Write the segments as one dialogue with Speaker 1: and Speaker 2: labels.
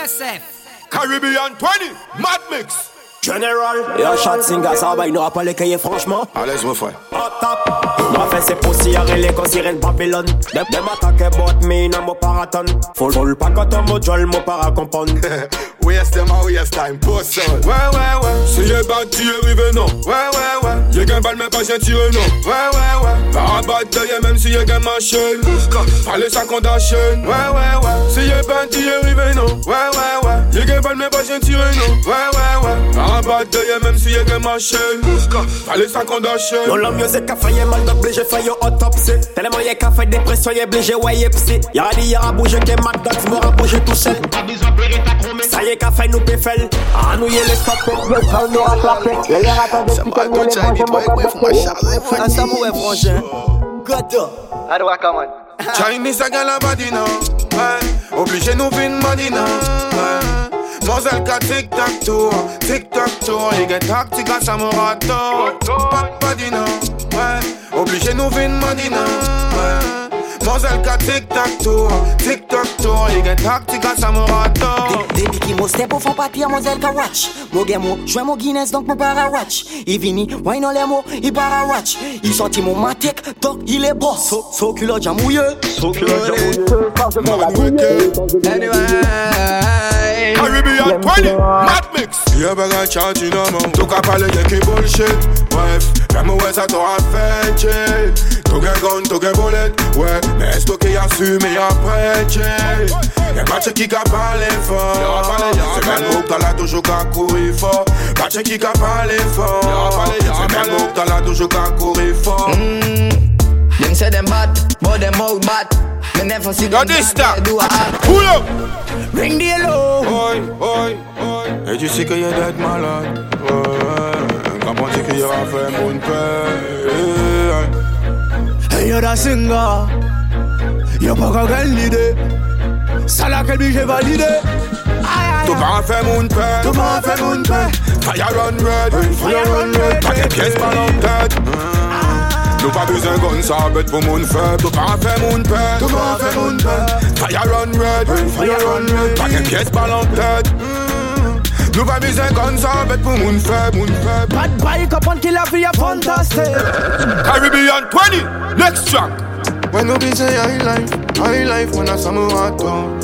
Speaker 1: Joseph.
Speaker 2: Caribbean 20, Mad Mix.
Speaker 3: General, et un chat singer, ça va, il n'aura pas les cahiers, franchement.
Speaker 2: À l'aise, refrain.
Speaker 3: Hot top, ma fesse est poussière et les considérés de Babylone. Dem, dem attaque bot, me in a mo paraton. Full, full pack out of mo jol, mo para compound.
Speaker 2: Waste them and waste time, post Ouais, ouais, ouais. Si j'ai bâti, j'ai rivé, non. Ouais, ouais, ouais. J'ai qu'un balle, mais pas j'ai tiré, non. Ouais, ouais, ouais. Par un bataille, même si j'ai qu'un machine. Parlez ça qu'on d'enchaîne. Ouais, ouais, ouais. Si j'ai bâti, j'ai rivé, non. Ouais, ouais, ouais. J'ai qu'un balle, mais pas j'ai tiré, non. Ouais, ouais, ouais. Par un bataille, même si j'ai qu'un machine. Parlez ça qu'on d'enchaîne.
Speaker 3: Non, la musique a failli mal d'oblige, failli autopsie. Tellement y'a qu'à faire dépression, y'a obligé, ouais, y'a psy. Y'a dit, y'a bougé, que McDonald's m'aura bougé tout seul. Ça y est, qu'à faire nous péfel. Ah, nous y'a les stop
Speaker 4: Un samouraï frangin. Goda.
Speaker 5: Adwa kaman.
Speaker 2: Chinese a gal a body now. Eh. Obligé nous vin money now. Eh. Mazel ka tic tac tour, tic tac tour, il get tactique à Samorato. Pas de body now. Eh. Obligé nous vin money now. Eh. Mazel ka tic tac tour, tic tac tour, il get tactique à Samorato.
Speaker 4: Debi ki mo step ou fon papier, mon zel ka watch Mo gen mo, jwen mo Guinness, donc mo para watch I vini, wine nan le mo, i para watch I sorti mon matek, donc il est boss So, so kulot jan mouye
Speaker 5: Anyway.
Speaker 2: Caribbean 20, Mad Mix. Yeah, but I charge you no more. Took up all the Yankee bullshit. Wife, from a west to a fetch Tog en gun, tog en bullet. Ouais, mais est-ce toi qui assume et apprêche? Y'a pas de qui a parlé fort. C'est même groupe dans la dojo qui a couru fort. Pas de qui a parlé fort. C'est même groupe dans la dojo qui a couru fort.
Speaker 5: Them say them bad, but them out bad. Me never see
Speaker 2: Now
Speaker 5: them
Speaker 2: this
Speaker 5: bad,
Speaker 2: stop.
Speaker 5: they do a act.
Speaker 2: Pull up.
Speaker 5: Ring the hello.
Speaker 2: Oi, oi, oi. Et tu sais qu'il y a d'être malade. Ouais. Quand on dit qu'il y aura fait mon père.
Speaker 6: Hey, yo da singa Yo pa ka gen lide Sa la ke bi je valide Ay, ay,
Speaker 2: Tout
Speaker 6: ay
Speaker 2: pas fait mon père.
Speaker 6: Tou pa fe moun pe
Speaker 2: Fire run red.
Speaker 6: Fire run red.
Speaker 2: Pas des pièces par l'entête. Nous pas besoin qu'on s'embête pour mon feu. Tout pas fait mon père.
Speaker 6: Tou pa fe moun pe
Speaker 2: Fire run red.
Speaker 6: Fire run red.
Speaker 2: Pas des pièces par l'entête. Nous pas besoin qu'on s'embête pour mon feu. Mon feu.
Speaker 6: Bad boy kapon ki la vi a fantaste
Speaker 2: Caribbean 20. Next track.
Speaker 7: When we be say high life, high life when I samurai Mm. down.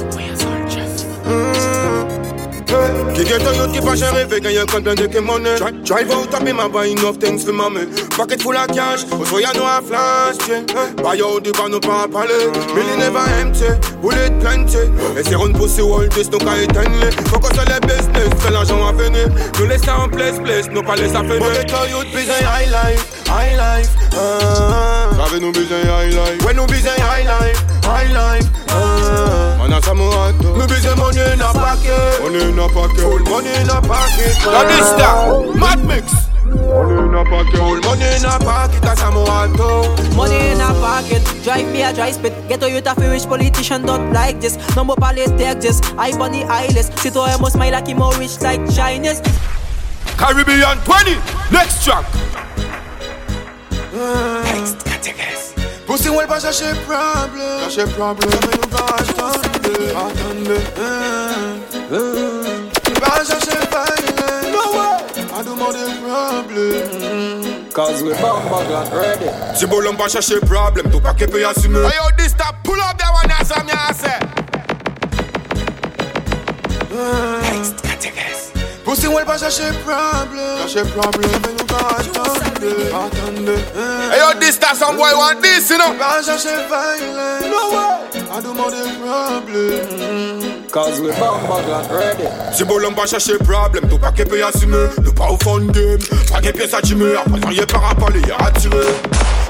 Speaker 2: Qui get a youth qui pas cher rêver, gagne un content de que money. Dri- Drive out up in my buy enough things for mommy. Pocket full of cash, au soya no a flash. yeah. Buy out the bar, no pas à parler. Millie never empty, bullet plenty. Et c'est run pussy all this, donc à éteindre. Focus sur les business, c'est l'argent à venir. Nous laisse ça en place, place, nous pas laisse à finir.
Speaker 7: When we tell you be say high life, high life. Uh,
Speaker 2: J'avais nous besoin high life.
Speaker 7: when we be say high life, high life. Uh,
Speaker 2: On a ça mon râteau.
Speaker 7: we be say money in a pocket,
Speaker 2: On est n'a pas que.
Speaker 7: full money in a pocket.
Speaker 2: La lista, Mad Mix. On est n'a pas que.
Speaker 7: Full money in a pocket, a samurai down.
Speaker 8: Money in a pocket, drive me a dry spit. Ghetto youth a few rich politician don't like this. No more palace take this. I on the eyeless. Sit to must smile like him all rich like Chinese.
Speaker 2: Caribbean 20. Next track.
Speaker 7: Pussy well pas chercher problem,
Speaker 2: J'ai problème.
Speaker 7: mais nous pas attendre, attendre. Uh, Pas chercher violence, no way. Pas demander problem.
Speaker 3: Cause we bomb bag like ready
Speaker 2: Si bon bolon pa chache problem, tou pa ke pe asume
Speaker 7: Hey, yo, this that pull up that one that's on me, I say. Pussy well pas chercher problem,
Speaker 2: Chache problem
Speaker 7: mais nous pas attendre, attendre. Eh.
Speaker 2: Hey yo, this that some boy want this, you know
Speaker 7: Pas chercher violence, no way. Pas demander problem.
Speaker 3: Mm-hmm. Cause we bomb bag like ready
Speaker 2: Si bolon pa chache problem, tou pa ke pe asume Nou pa ou fond game, pa ke piye sa jime Apasan ye para pale, ye atire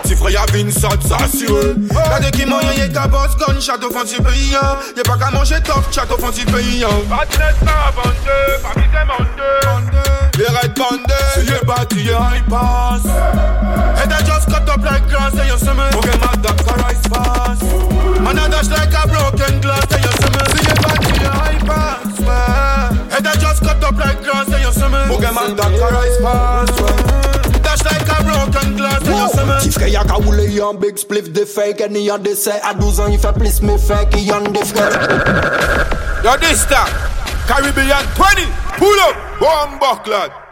Speaker 2: Si frey avin sa t'sassure
Speaker 7: Là de qui mange, y'a qu'à boss gun, chat offensif brillant. Y'a pas qu'à manger top, chat offensif brillant.
Speaker 2: Ye red bande, si ye bati ye high pass
Speaker 7: And I just cut up like grass, and you see me.
Speaker 2: Ou gen mad dak ka rise pass
Speaker 7: And I dash like a broken glass, and you see me. See your body, your high pass, well. And I just cut up like grass, and you see me.
Speaker 2: Ou gen mad dak ka rise pass
Speaker 7: Dash like a broken glass, and you see me.
Speaker 3: Ti frè ya ka oule yon big spliff de fake En yon de se a 12 an yon fè plis me fake Yon de frè
Speaker 2: Yo, this that Caribbean 20. Pull up, one buck lad.